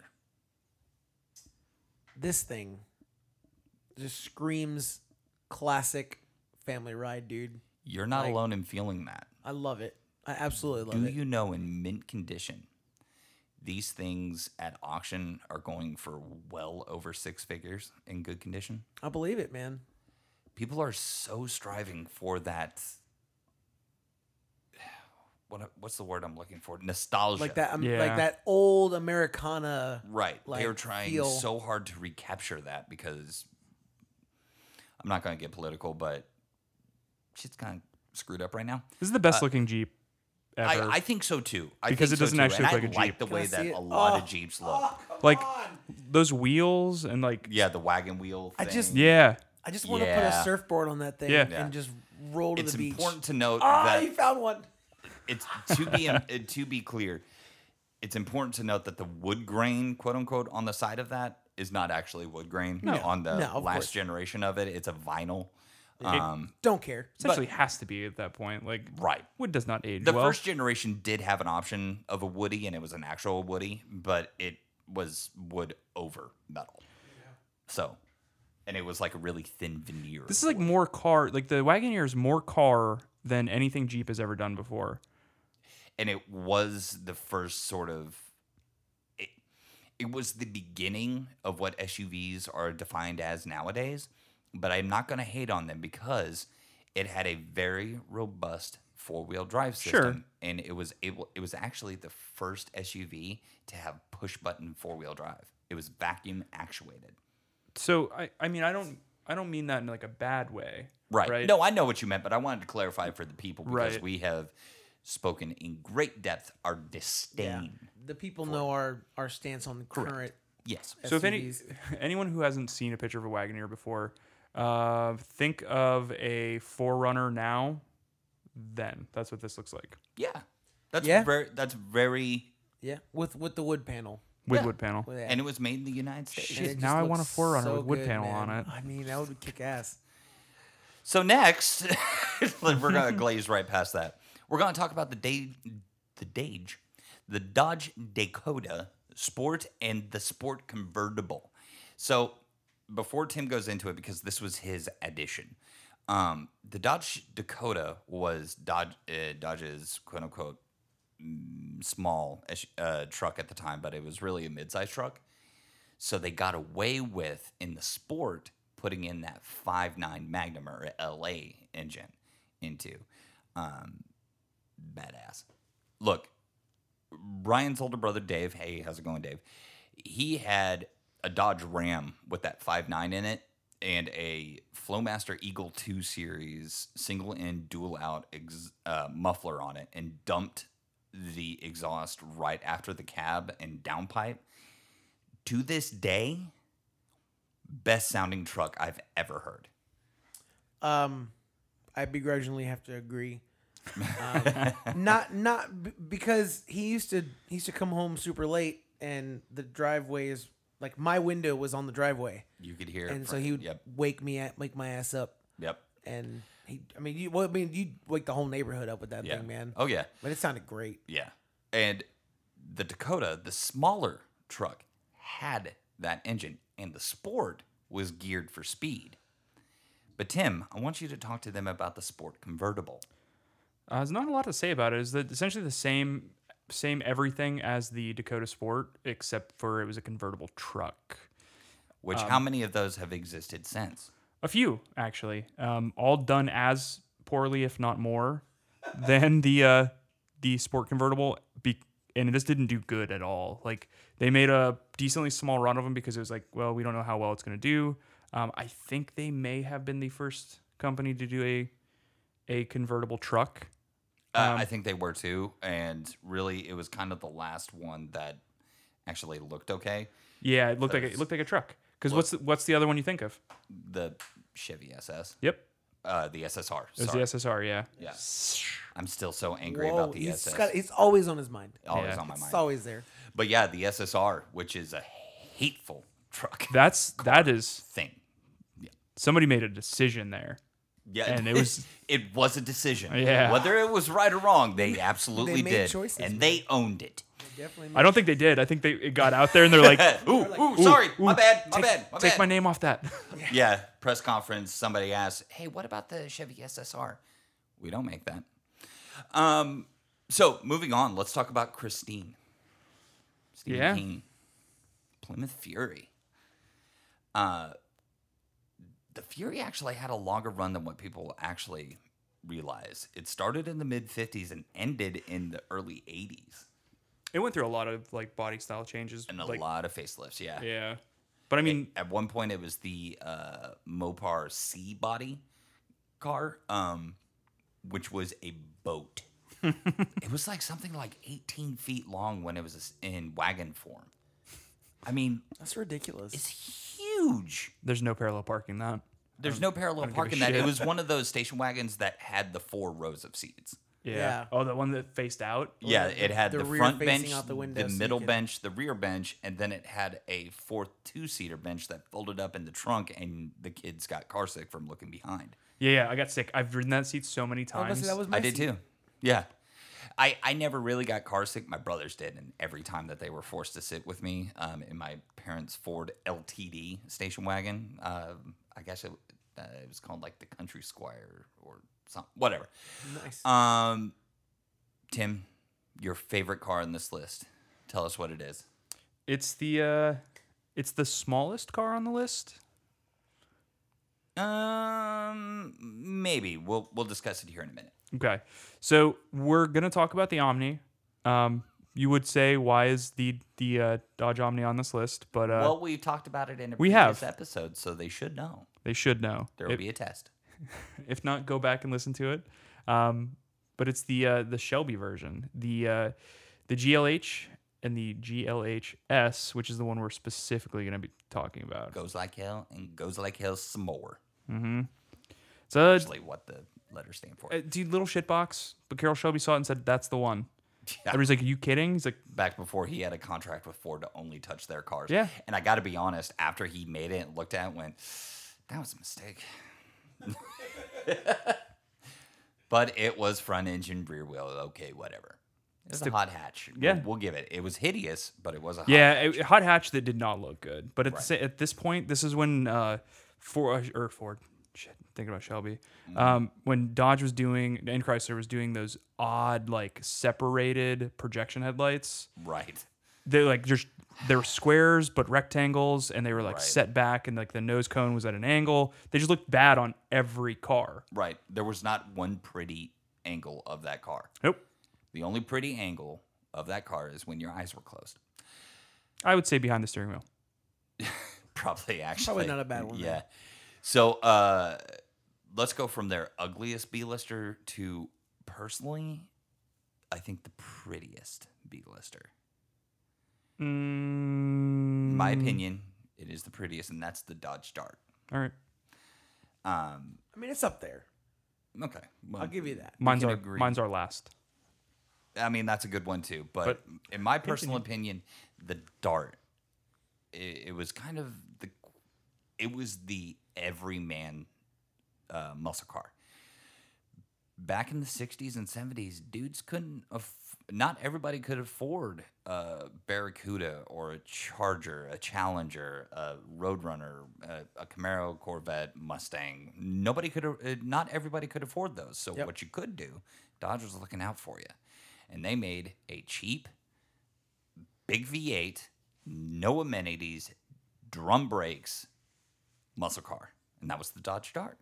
Speaker 2: This thing just screams classic family ride, dude.
Speaker 1: You're not
Speaker 2: Like-
Speaker 1: alone in feeling that.
Speaker 2: I love it. I absolutely love
Speaker 1: Do
Speaker 2: it.
Speaker 1: you know in mint condition, these things at auction are going for well over six figures in good condition?
Speaker 2: I believe it, man.
Speaker 1: People are so striving for that. What, what's the word I'm looking for? Nostalgia.
Speaker 2: Like that, um,
Speaker 3: Yeah.
Speaker 2: like that old Americana.
Speaker 1: Right. They're
Speaker 2: like,
Speaker 1: trying
Speaker 2: feel-
Speaker 1: so hard to recapture that because I'm not going to get political, but shit's kind of screwed up right now.
Speaker 3: This is the best looking Jeep ever.
Speaker 1: Uh, I, I think so too. I
Speaker 3: Because
Speaker 1: think
Speaker 3: it doesn't
Speaker 1: so too.
Speaker 3: actually
Speaker 1: And
Speaker 3: look
Speaker 1: I
Speaker 3: like a Jeep.
Speaker 1: like the
Speaker 2: Can I
Speaker 1: way
Speaker 2: see
Speaker 1: that
Speaker 2: it?
Speaker 1: a lot
Speaker 2: Oh,
Speaker 1: of Jeeps look.
Speaker 3: like those wheels and like
Speaker 1: Yeah, the wagon wheel.
Speaker 2: I
Speaker 1: Thing.
Speaker 2: just-
Speaker 3: yeah.
Speaker 2: I just want to put
Speaker 1: Yeah.
Speaker 2: a surfboard on that thing
Speaker 3: Yeah.
Speaker 2: and
Speaker 1: Yeah.
Speaker 2: just roll to
Speaker 1: it's
Speaker 2: the beach.
Speaker 1: important to note
Speaker 2: Ah,
Speaker 1: that
Speaker 2: you found one.
Speaker 1: it's to be uh, to be clear. It's important to note that the wood grain, quote unquote, on the side of that is not actually wood grain. on the
Speaker 2: No, of
Speaker 1: last
Speaker 2: course.
Speaker 1: generation of it, it's a vinyl.
Speaker 3: It
Speaker 1: Um,
Speaker 2: Don't care.
Speaker 3: essentially has to be at that point. Like
Speaker 1: right.
Speaker 3: wood does not age
Speaker 1: The
Speaker 3: well.
Speaker 1: first generation did have an option of a Woody, and it was an actual Woody, but it was wood over metal. So, and it was like a really thin veneer.
Speaker 3: This is like more car. Like the Wagoneer is more car than anything Jeep has ever done before.
Speaker 1: and it was the first sort of. It, it was the beginning of what SUVs are defined as nowadays, but I'm not going to hate on them because it had a very robust four-wheel drive
Speaker 3: Sure.
Speaker 1: system, and it was able. It was actually the first SUV to have push-button four-wheel drive. It was vacuum actuated.
Speaker 3: So I, I mean, I don't, I don't mean that in like a bad way.
Speaker 1: Right.
Speaker 3: Right.
Speaker 1: No, I know what you meant, but I wanted to clarify for the people because
Speaker 3: Right.
Speaker 1: we have spoken in great depth our disdain.
Speaker 2: The people know our our stance on the current.
Speaker 1: Yes.
Speaker 3: So if any
Speaker 2: SUVs.
Speaker 3: anyone who hasn't seen a picture of a Wagoneer before, uh, think of a Forerunner now. Then that's what this looks like
Speaker 1: Yeah. That's
Speaker 2: Yeah.
Speaker 1: very that's very
Speaker 2: Yeah, with with the wood panel.
Speaker 3: with
Speaker 1: Yeah.
Speaker 3: wood panel.
Speaker 2: With that.
Speaker 1: and it was made in the United States.
Speaker 3: Shit,
Speaker 2: it just
Speaker 3: now I
Speaker 2: looks
Speaker 3: want a Forerunner
Speaker 2: so
Speaker 3: with wood
Speaker 2: good,
Speaker 3: panel on
Speaker 2: man.
Speaker 3: it.
Speaker 2: I mean, that would kick ass.
Speaker 1: So next we're gonna glaze right past that. We're gonna talk about the Dage the Dage, the Dodge Dakota Sport and the Sport Convertible. So before Tim goes into it, because this was his addition, um, the Dodge Dakota was Dodge uh, Dodge's quote unquote mm, small uh, truck at the time, but it was really a midsize truck. So they got away with in the sport putting in that 5.9 Magnum or LA engine into. Um, badass. Look, Ryan's older brother Dave, hey, how's it going, Dave? He had a Dodge Ram with that 5.9 in it and a Flowmaster Eagle 2 series single end dual out ex- uh, muffler on it and dumped the exhaust right after the cab and downpipe to this day, best sounding truck I've ever heard.
Speaker 2: Um, I begrudgingly have to agree. Um, not not b- because he used to he used to come home super late and the driveway is like my window was on the driveway,
Speaker 1: You could hear. it
Speaker 2: and so
Speaker 1: from-
Speaker 2: he would
Speaker 1: Yep.
Speaker 2: wake me up, wake my ass up,
Speaker 1: Yep.
Speaker 2: and he. I mean, you. Well, I mean, you wake the whole neighborhood up with that
Speaker 1: Yeah.
Speaker 2: thing, man.
Speaker 1: Oh yeah.
Speaker 2: But it sounded great.
Speaker 1: Yeah. And the Dakota, the smaller truck, had that engine, and the Sport was geared for speed. But Tim, I want you to talk to them about the Sport convertible.
Speaker 3: Uh, there's not a lot to say about it. It's the, essentially the same same everything as the Dakota Sport, except for it was a convertible truck.
Speaker 1: Which how
Speaker 2: Um,
Speaker 1: many of those have existed since?
Speaker 3: A few, actually, um, all done as poorly, if not more, than the uh, the Sport convertible. Be- and this didn't do good at all. Like they made a decently small run of them because it was like, well, we don't know how well it's going to do. Um, I think they may have been the first company to do a a convertible truck.
Speaker 1: Uh,
Speaker 2: um,
Speaker 1: I think they were too, and really, it was kind of the last one that actually looked okay.
Speaker 3: Yeah, it looked like a, it looked like a truck. Because what's the, what's the other one you think of?
Speaker 1: The Chevy SS,
Speaker 3: Yep,
Speaker 1: uh, the SSR.
Speaker 3: it was
Speaker 1: Sorry,
Speaker 3: the SSR. Yeah.
Speaker 1: Yeah. I'm still so angry
Speaker 2: Whoa,
Speaker 1: about the
Speaker 2: he's
Speaker 1: SS.
Speaker 2: got- it's always on his mind.
Speaker 1: always
Speaker 3: Yeah.
Speaker 1: on my
Speaker 2: It's
Speaker 1: mind.
Speaker 2: always there.
Speaker 1: But yeah, the SSR, which is a hateful truck
Speaker 3: That's that is
Speaker 1: thing.
Speaker 3: somebody made a decision there.
Speaker 1: Yeah,
Speaker 3: And it was-
Speaker 1: it was a decision.
Speaker 3: Yeah.
Speaker 1: whether it was right or wrong, they absolutely
Speaker 2: made
Speaker 1: did,
Speaker 2: choices,
Speaker 1: and they owned it.
Speaker 2: Definitely.
Speaker 3: I don't think they did. I think they it got out there and they're like,
Speaker 1: Ooh, ooh, sorry, my bad, my
Speaker 3: take,
Speaker 1: bad, my
Speaker 3: take
Speaker 1: bad.
Speaker 3: my name off that.
Speaker 1: yeah, press conference, somebody asked, "Hey, what about the Chevy SSR?" We don't make that. Um, so moving on, let's talk about Christine. Stephen
Speaker 3: Yeah.
Speaker 1: King, Plymouth Fury. Uh, the Fury actually had a longer run than what people actually realize. It started in the mid '50s and ended in the early '80s,
Speaker 3: it went through a lot of like body style changes.
Speaker 1: and a
Speaker 3: like,
Speaker 1: lot of facelifts. Yeah.
Speaker 3: Yeah. But I mean,
Speaker 1: at one point it was the uh, Mopar C body car, um, which was a boat. it was like something like 18 feet long when it was s- in wagon form. I mean,
Speaker 2: That's ridiculous.
Speaker 1: it's huge.
Speaker 3: there's no parallel parking that.
Speaker 2: Um,
Speaker 1: There's no parallel
Speaker 3: give a
Speaker 1: parking that. It
Speaker 3: shit.
Speaker 1: was one of those station wagons that had the four rows of seats.
Speaker 3: Yeah.
Speaker 2: Yeah.
Speaker 3: Oh, the one that faced out.
Speaker 1: Yeah,
Speaker 2: the-
Speaker 1: it had
Speaker 2: the
Speaker 1: the,
Speaker 2: rear
Speaker 1: front
Speaker 2: facing
Speaker 1: bench,
Speaker 2: out the
Speaker 1: the,
Speaker 2: window so you
Speaker 1: middle
Speaker 2: could-
Speaker 1: bench, the rear bench, and then it had a fourth two seater bench that folded up in the trunk, and the kids got car sick from looking behind.
Speaker 3: Yeah, yeah. I got sick. I've ridden that seat so many
Speaker 2: I was gonna
Speaker 3: times.
Speaker 2: say, that was my
Speaker 1: I did
Speaker 2: seat.
Speaker 1: too. Yeah. I, I never really got car sick. My brothers did. And every time that they were forced to sit with me um, in my parents' Ford LTD station wagon, um, I guess it, uh, it was called like the Country Squire or something, whatever.
Speaker 2: Nice.
Speaker 1: Um, Tim, your favorite car on this list. Tell us what it is.
Speaker 3: it's the uh it's the smallest car on the list.
Speaker 1: Um, maybe we'll we'll discuss it here in a minute.
Speaker 3: Okay. So we're gonna talk about the Omni. Um you would say why is the the uh, Dodge Omni on this list, but uh,
Speaker 1: well, we talked about it in a
Speaker 3: we
Speaker 1: previous
Speaker 3: have.
Speaker 1: episode, so they should know.
Speaker 3: they should know.
Speaker 1: There will
Speaker 3: If-
Speaker 1: be a test.
Speaker 3: if not go back and listen to it um, but it's the uh, the shelby version the uh, the glh and the glhs which is the one we're specifically going to be talking about
Speaker 1: goes like hell and goes like hell some more.
Speaker 3: so uh,
Speaker 1: Actually, what the letters stand for.
Speaker 3: dude little shitbox but carol shelby saw it and said that's the one everybody's like are you kidding he's like
Speaker 1: Back before he had a contract with Ford to only touch their cars.
Speaker 3: Yeah.
Speaker 1: And I got to be honest, after he made it and looked at it, and went, that was a mistake. but it was front engine, rear wheel. Okay, whatever. It's a hot hatch. We'll-
Speaker 3: Yeah.
Speaker 1: We'll, give it. It was hideous, but it was a hot
Speaker 3: yeah it, hot hatch that did not look good but at, the sa- at this point this is when uh, ford or ford shit thinking about shelby
Speaker 1: Mm-hmm.
Speaker 3: um, when dodge was doing and chrysler was doing those odd like separated projection headlights
Speaker 1: Right.
Speaker 3: they like just they were squares but rectangles and they were like
Speaker 1: Right.
Speaker 3: set back and like the nose cone was at an angle they just looked bad on every car
Speaker 1: Right. There was not one pretty angle of that car.
Speaker 3: nope
Speaker 1: The only pretty angle of that car is when your eyes were closed.
Speaker 3: i would say behind the steering wheel
Speaker 1: Probably actually.
Speaker 2: not a bad one,
Speaker 1: Yeah. So uh let's go from their ugliest B lister to personally, I think the prettiest B lister.
Speaker 3: mm,
Speaker 1: My opinion, it is the prettiest, and that's the Dodge Dart.
Speaker 3: all right
Speaker 1: Um
Speaker 2: I mean, it's up there.
Speaker 1: okay. Well,
Speaker 2: I'll give you that.
Speaker 3: mine's
Speaker 1: can
Speaker 3: our
Speaker 1: agree.
Speaker 3: mine's our last
Speaker 1: I mean, that's a good one too. But,
Speaker 3: But-
Speaker 1: in my personal opinion, the dart, it, it was kind of the, it was the everyman uh, muscle car. Back in the '60s and '70s, dudes couldn't. Aff- not everybody could afford a Barracuda or a Charger, a Challenger, a Roadrunner, a, a Camaro, Corvette, Mustang. Nobody could. a- uh, Not everybody could afford those. So what you could do, Dodge was looking out for you, and they made a cheap, big V8, no amenities, drum brakes, muscle car, and that was the Dodge Dart.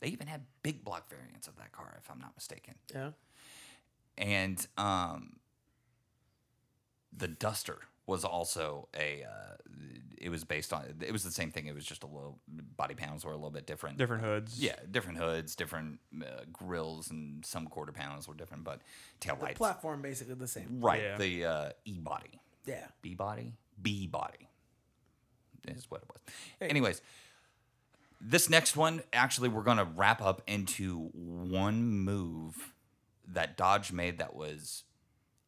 Speaker 1: They even had big block variants of that car, if I'm not mistaken.
Speaker 2: Yeah.
Speaker 1: And um, the Duster was also a. Uh, it was based on. It was the same thing. It was just a little body panels were a little bit different.
Speaker 3: Different hoods.
Speaker 1: Yeah, different hoods, different uh, grills, and some quarter panels were different, but tail lights.
Speaker 2: Platform basically the same.
Speaker 1: right,
Speaker 3: Yeah.
Speaker 1: the uh, E body.
Speaker 2: Yeah.
Speaker 1: B body? B body is what it was. Anyways, this next one, actually, we're going to wrap up into one move that Dodge made that was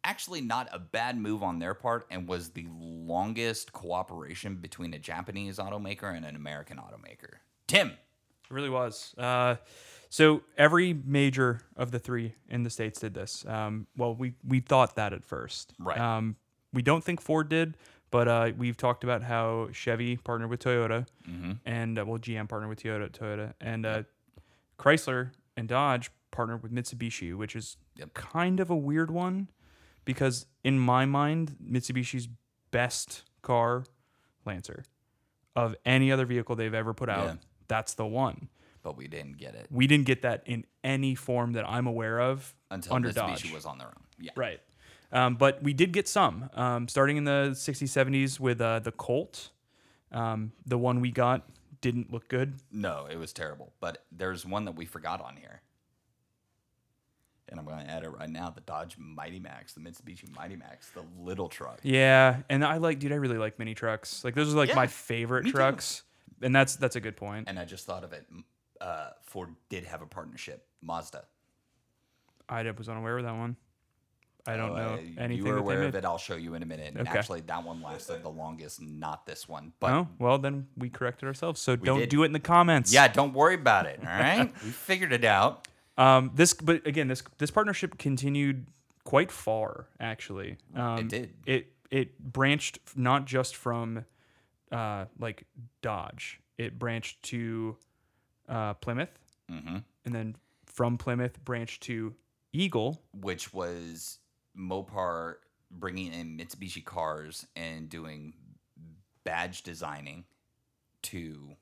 Speaker 1: actually not a bad move on their part and was the longest cooperation between a Japanese automaker and an American automaker. Tim.
Speaker 3: It really was. Uh, so every major of the three in the states did this. Um, well, we we thought that at first.
Speaker 1: Right.
Speaker 3: Um, we don't think Ford did, but uh, we've talked about how Chevy partnered with Toyota,
Speaker 1: Mm-hmm.
Speaker 3: and uh, well, GM partnered with Toyota, Toyota, and uh, Chrysler and Dodge partnered with Mitsubishi, which is
Speaker 1: Yep.
Speaker 3: kind of a weird one because in my mind, Mitsubishi's best car, Lancer, of any other vehicle they've ever put out,
Speaker 1: Yeah.
Speaker 3: that's the one.
Speaker 1: But we didn't get it
Speaker 3: We didn't get that in any form that I'm aware of
Speaker 1: until
Speaker 3: under
Speaker 1: Mitsubishi
Speaker 3: Dodge.
Speaker 1: was on their own. Yeah.
Speaker 3: Right. Um, but we did get some, um, starting in the 60s, 70s with uh, the Colt. Um, the one we got didn't look good.
Speaker 1: No, it was terrible. But there's one that we forgot on here. And I'm going to add it right now the Dodge Mighty Max, the Mitsubishi Mighty Max, the little truck.
Speaker 3: Yeah, and I like, dude, I really like mini trucks. Like those are like
Speaker 1: Yeah,
Speaker 3: my favorite
Speaker 1: me too.
Speaker 3: trucks, and that's that's a good point.
Speaker 1: And I just thought of it. m- Uh, Ford did have a partnership, Mazda.
Speaker 3: I d- was unaware of that one. I don't
Speaker 1: So,
Speaker 3: know
Speaker 1: uh,
Speaker 3: anything
Speaker 1: You were
Speaker 3: that they
Speaker 1: aware
Speaker 3: made.
Speaker 1: of it. I'll show you in a minute. And
Speaker 3: Okay.
Speaker 1: actually, that one lasted the longest, not this one. But
Speaker 3: No, well then we corrected ourselves. So don't
Speaker 1: did.
Speaker 3: do it in the comments.
Speaker 1: yeah, don't worry about it. All right. we figured it out.
Speaker 3: Um. This, but again, this this partnership continued quite far actually. Um,
Speaker 1: did.
Speaker 3: It it branched f- not just from, uh, like Dodge. It branched to, uh, Plymouth,
Speaker 1: hmm
Speaker 3: and then from Plymouth branched to Eagle.
Speaker 1: Which was Mopar bringing in Mitsubishi cars and doing badge designing to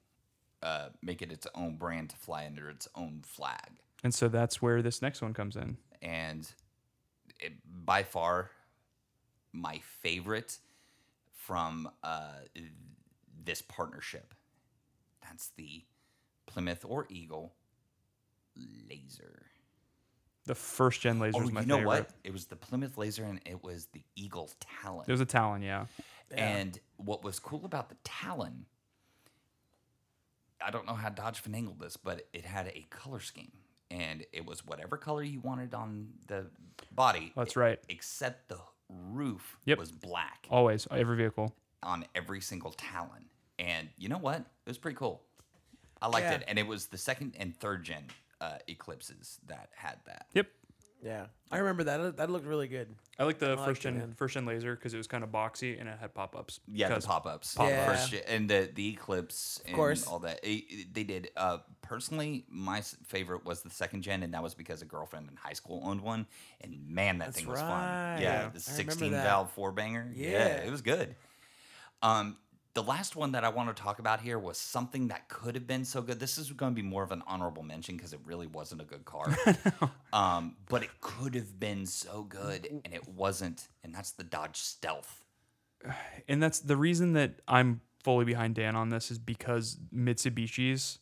Speaker 1: uh, make it its own brand to fly under its own flag.
Speaker 3: And so that's where this next one comes in.
Speaker 1: and it, by far my favorite from uh, this partnership. That's the Plymouth or Eagle Laser.
Speaker 3: The first gen lasers
Speaker 1: Oh,
Speaker 3: was my
Speaker 1: you know
Speaker 3: favorite.
Speaker 1: what? It was the Plymouth Laser and it was the Eagle Talon.
Speaker 3: It was a Talon, yeah.
Speaker 1: And what was cool about the Talon, I don't know how Dodge finagled this, but it had a color scheme. And it was whatever color you wanted on the body.
Speaker 3: That's right.
Speaker 1: Except the roof
Speaker 3: Yep.
Speaker 1: was black
Speaker 3: Always, every vehicle.
Speaker 1: on every single Talon. And you know what? It was pretty cool. I liked
Speaker 2: Yeah.
Speaker 1: it. And it was the second and third gen uh, Eclipses that had that.
Speaker 3: Yep.
Speaker 2: Yeah. I remember that. That looked really good.
Speaker 3: I like the first
Speaker 2: it,
Speaker 3: gen
Speaker 2: man.
Speaker 3: first gen laser because it was kind of boxy and it had pop ups.
Speaker 1: Yeah, the pop ups,
Speaker 2: Yeah.
Speaker 1: and the the eclipse, and
Speaker 2: course.
Speaker 1: all that. It- it- they did. Uh, personally, my s- favorite was the second gen, and that was because a girlfriend in high school owned one, and man, that
Speaker 2: That's
Speaker 1: thing was fun.
Speaker 2: right. I
Speaker 1: Yeah,
Speaker 2: remember
Speaker 1: the sixteen
Speaker 2: that.
Speaker 1: valve four banger.
Speaker 2: Yeah.
Speaker 1: it was good. Um, the last one that I want to talk about here was something that could have been so good. This is going to be more of an honorable mention because it really wasn't a good car. um, but it could have been so good, and it wasn't. And that's the Dodge Stealth.
Speaker 3: And that's the reason that I'm fully behind Dan on this is because Mitsubishi's,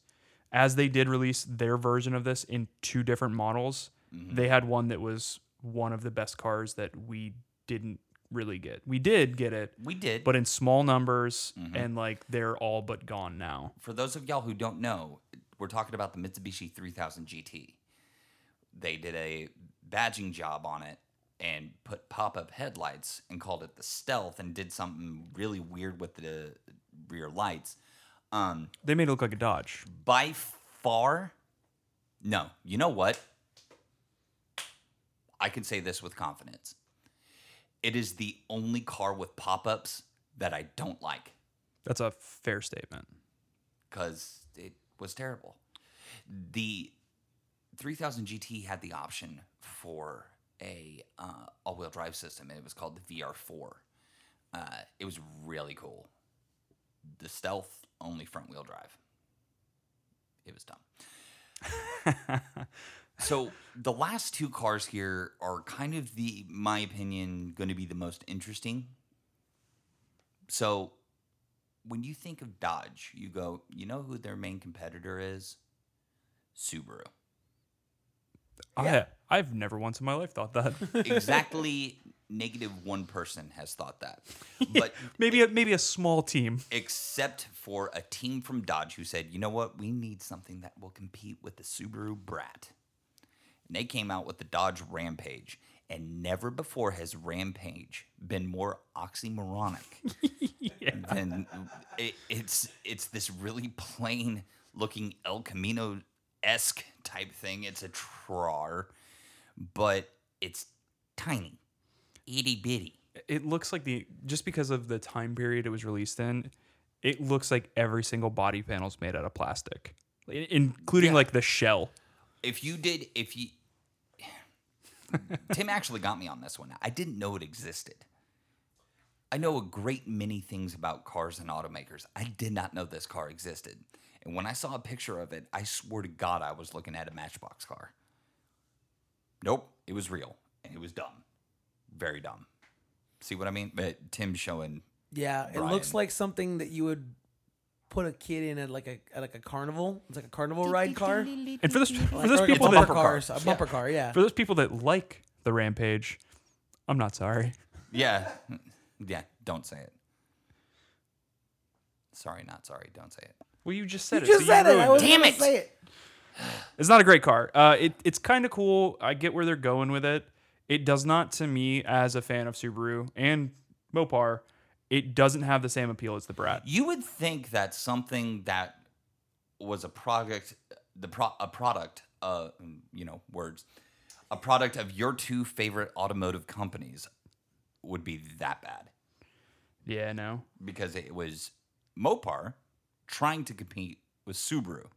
Speaker 3: as they did release their version of this in two different models, they had one that was one of the best cars that we didn't really get. We did get it,
Speaker 1: We did,
Speaker 3: but in small numbers and like they're all but gone now.
Speaker 1: for those of y'all who don't know, we're talking about the Mitsubishi 3000 GT. They did a badging job on it and put pop up headlights and called it the Stealth and did something really weird with the rear lights. Um,
Speaker 3: They made it look like a Dodge.
Speaker 1: by far, no. You know what? I can say this with confidence. It is the only car with pop ups that I don't like
Speaker 3: That's a fair statement.
Speaker 1: because it was terrible. The 3000 GT had the option for a uh, all wheel drive system, and it was called the VR4. Uh, it was really cool. The stealth only front wheel drive. It was dumb. so the last two cars here are kind of the, my opinion, going to be the most interesting. So when you think of Dodge, you go, you know who their main competitor is? Subaru.
Speaker 3: I, I've never once in my life thought that.
Speaker 1: Exactly negative one person has thought that. But
Speaker 3: maybe a, maybe a small team.
Speaker 1: except for a team from Dodge who said, you know what, we need something that will compete with the Subaru Brat. And they came out with the Dodge Rampage. And never before has Rampage been more oxymoronic than it, it's it's this really plain looking El Camino esque type thing. It's a trar, but it's tiny, itty bitty.
Speaker 3: It looks like the just because of the time period it was released in, it looks like every single body panel is made out of plastic, i- including
Speaker 1: Yeah.
Speaker 3: like the shell.
Speaker 1: if you did if you tim actually got me on this one i didn't know it existed i know a great many things about cars and automakers i did not know this car existed and when i saw a picture of it i swore to god i was looking at a matchbox car nope it was real and it was dumb very dumb see what i mean but tim's showing
Speaker 2: Yeah, it looks
Speaker 1: Brian.
Speaker 2: like something that you would put a kid in at like a at like a carnival. It's like a carnival ride car.
Speaker 3: And for those for
Speaker 2: Like,
Speaker 3: those
Speaker 2: or like
Speaker 3: people
Speaker 2: a
Speaker 3: that
Speaker 2: bumper cars, a bumper car, yeah.
Speaker 3: for those people that like the rampage, I'm not sorry.
Speaker 1: yeah yeah don't say it sorry not sorry don't say it
Speaker 3: Well, you just said
Speaker 2: You
Speaker 3: it.
Speaker 2: just
Speaker 3: so you
Speaker 2: said it. I
Speaker 3: ruined
Speaker 2: was
Speaker 1: Damn
Speaker 2: gonna
Speaker 1: it.
Speaker 2: say it.
Speaker 3: It's not a great car. Uh, it, it's kind of cool. I get where they're going with it. It does not, to me, as a fan of Subaru and Mopar, it doesn't have the same appeal as the Brat.
Speaker 1: You would think that something that was a product, the pro, a product, uh, you know, words, a product of your two favorite automotive companies would be that bad
Speaker 3: Yeah, no.
Speaker 1: because it was Mopar trying to compete with Subaru,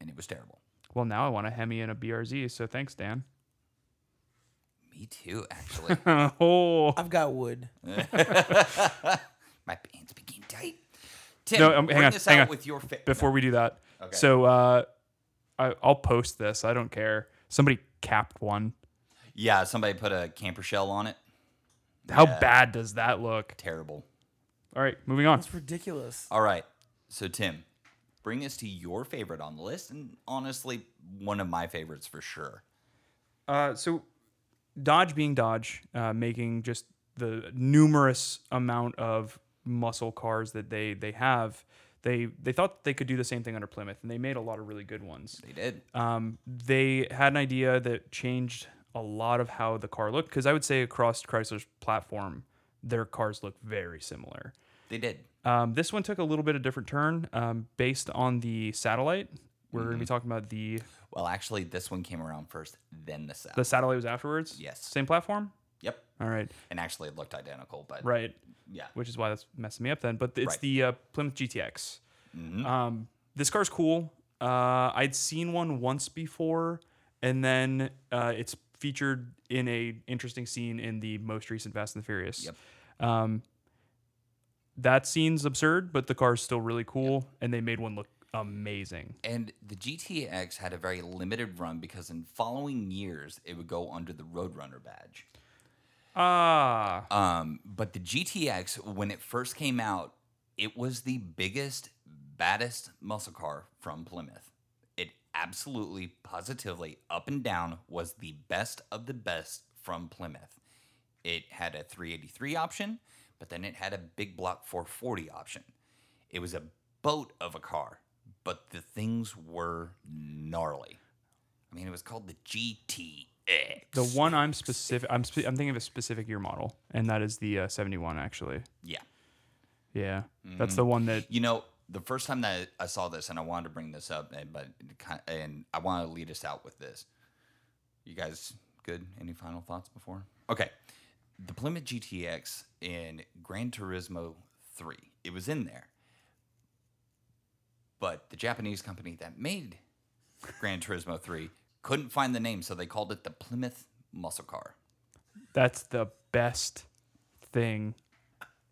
Speaker 1: and it was terrible.
Speaker 3: Well, now I want a Hemi and a BRZ. So thanks, Dan.
Speaker 1: Me too, actually.
Speaker 3: oh
Speaker 2: I've got wood.
Speaker 1: My pants became tight. Tim,
Speaker 3: No, um,
Speaker 1: bring
Speaker 3: hang on,
Speaker 1: this
Speaker 3: hang
Speaker 1: out
Speaker 3: on.
Speaker 1: with your fa-
Speaker 3: before we do that.
Speaker 1: Okay.
Speaker 3: So uh, I, I'll post this. I don't care. Somebody capped one.
Speaker 1: yeah, somebody put a camper shell on it.
Speaker 3: How bad does that look?
Speaker 1: Terrible.
Speaker 3: All right, moving on.
Speaker 2: It's ridiculous.
Speaker 1: All right. So Tim, bring us to your favorite on the list, and honestly, one of my favorites for sure.
Speaker 3: Uh, so Dodge being Dodge, uh, making just the numerous amount of muscle cars that they they have, they they thought they could do the same thing under Plymouth, and they made a lot of really good ones.
Speaker 1: They did.
Speaker 3: Um, they had an idea that changed a lot of how the car looked because I would say across Chrysler's platform, their cars look very similar.
Speaker 1: They did.
Speaker 3: Um, this one took a little bit of different turn um, based on the satellite. We're going to be
Speaker 1: Mm-hmm.
Speaker 3: talking about the
Speaker 1: Well, actually, this one came around first, then the South.
Speaker 3: the satellite was afterwards.
Speaker 1: Yes.
Speaker 3: same platform.
Speaker 1: Yep.
Speaker 3: All right,
Speaker 1: And actually, it looked identical, but
Speaker 3: right.
Speaker 1: yeah.
Speaker 3: which is why that's messing me up then. But it's
Speaker 1: Right. Mm-hmm.
Speaker 3: the uh, Plymouth GTX. Um, this car's cool. Uh, I'd seen one once before, and then uh, it's featured in a interesting scene in the most recent Fast and the Furious.
Speaker 1: Yep.
Speaker 3: Um, that scene's absurd, but the car's still really cool, and they made one look amazing.
Speaker 1: And the GTX had a very limited run because in following years, it would go under the Roadrunner badge.
Speaker 3: Ah,
Speaker 1: Um, but the GTX, when it first came out, it was the biggest, baddest muscle car from Plymouth. It absolutely, positively, up and down, was the best of the best from Plymouth. It had a 383 option, but then it had a big block 440 option. It was a boat of a car, but the things were gnarly. I mean, it was called the GTX. X.
Speaker 3: The one I'm specific, I'm spe- I'm thinking of a specific year model, and that is the uh, 71 actually.
Speaker 1: Yeah.
Speaker 3: Yeah, that's the one that
Speaker 1: You know, the first time that I saw this, and I wanted to bring this up, and, but it kind- and I want to lead us out with this. You guys, good? Any final thoughts before? Okay, the Plymouth GTX in Gran Turismo Three, it was in there, but the Japanese company that made Gran Turismo Three couldn't find the name, so they called it the Plymouth Muscle Car.
Speaker 3: that's the best thing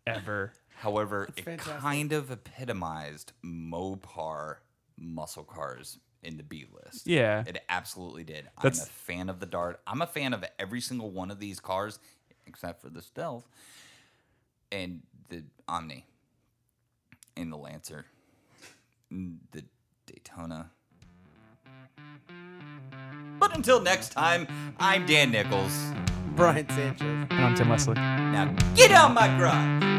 Speaker 3: ever.
Speaker 1: However, it
Speaker 2: fantastic.
Speaker 1: kind of epitomized Mopar muscle cars in the B list.
Speaker 3: Yeah.
Speaker 1: It absolutely did.
Speaker 3: That's-
Speaker 1: I'm a fan of the Dart. I'm a fan of every single one of these cars, except for the Stealth and the Omni and the Lancer, and the Daytona. But until next time, I'm Dan Nichols.
Speaker 2: Brian Sanchez.
Speaker 3: And I'm Tim Leslie.
Speaker 1: Now get out my garage.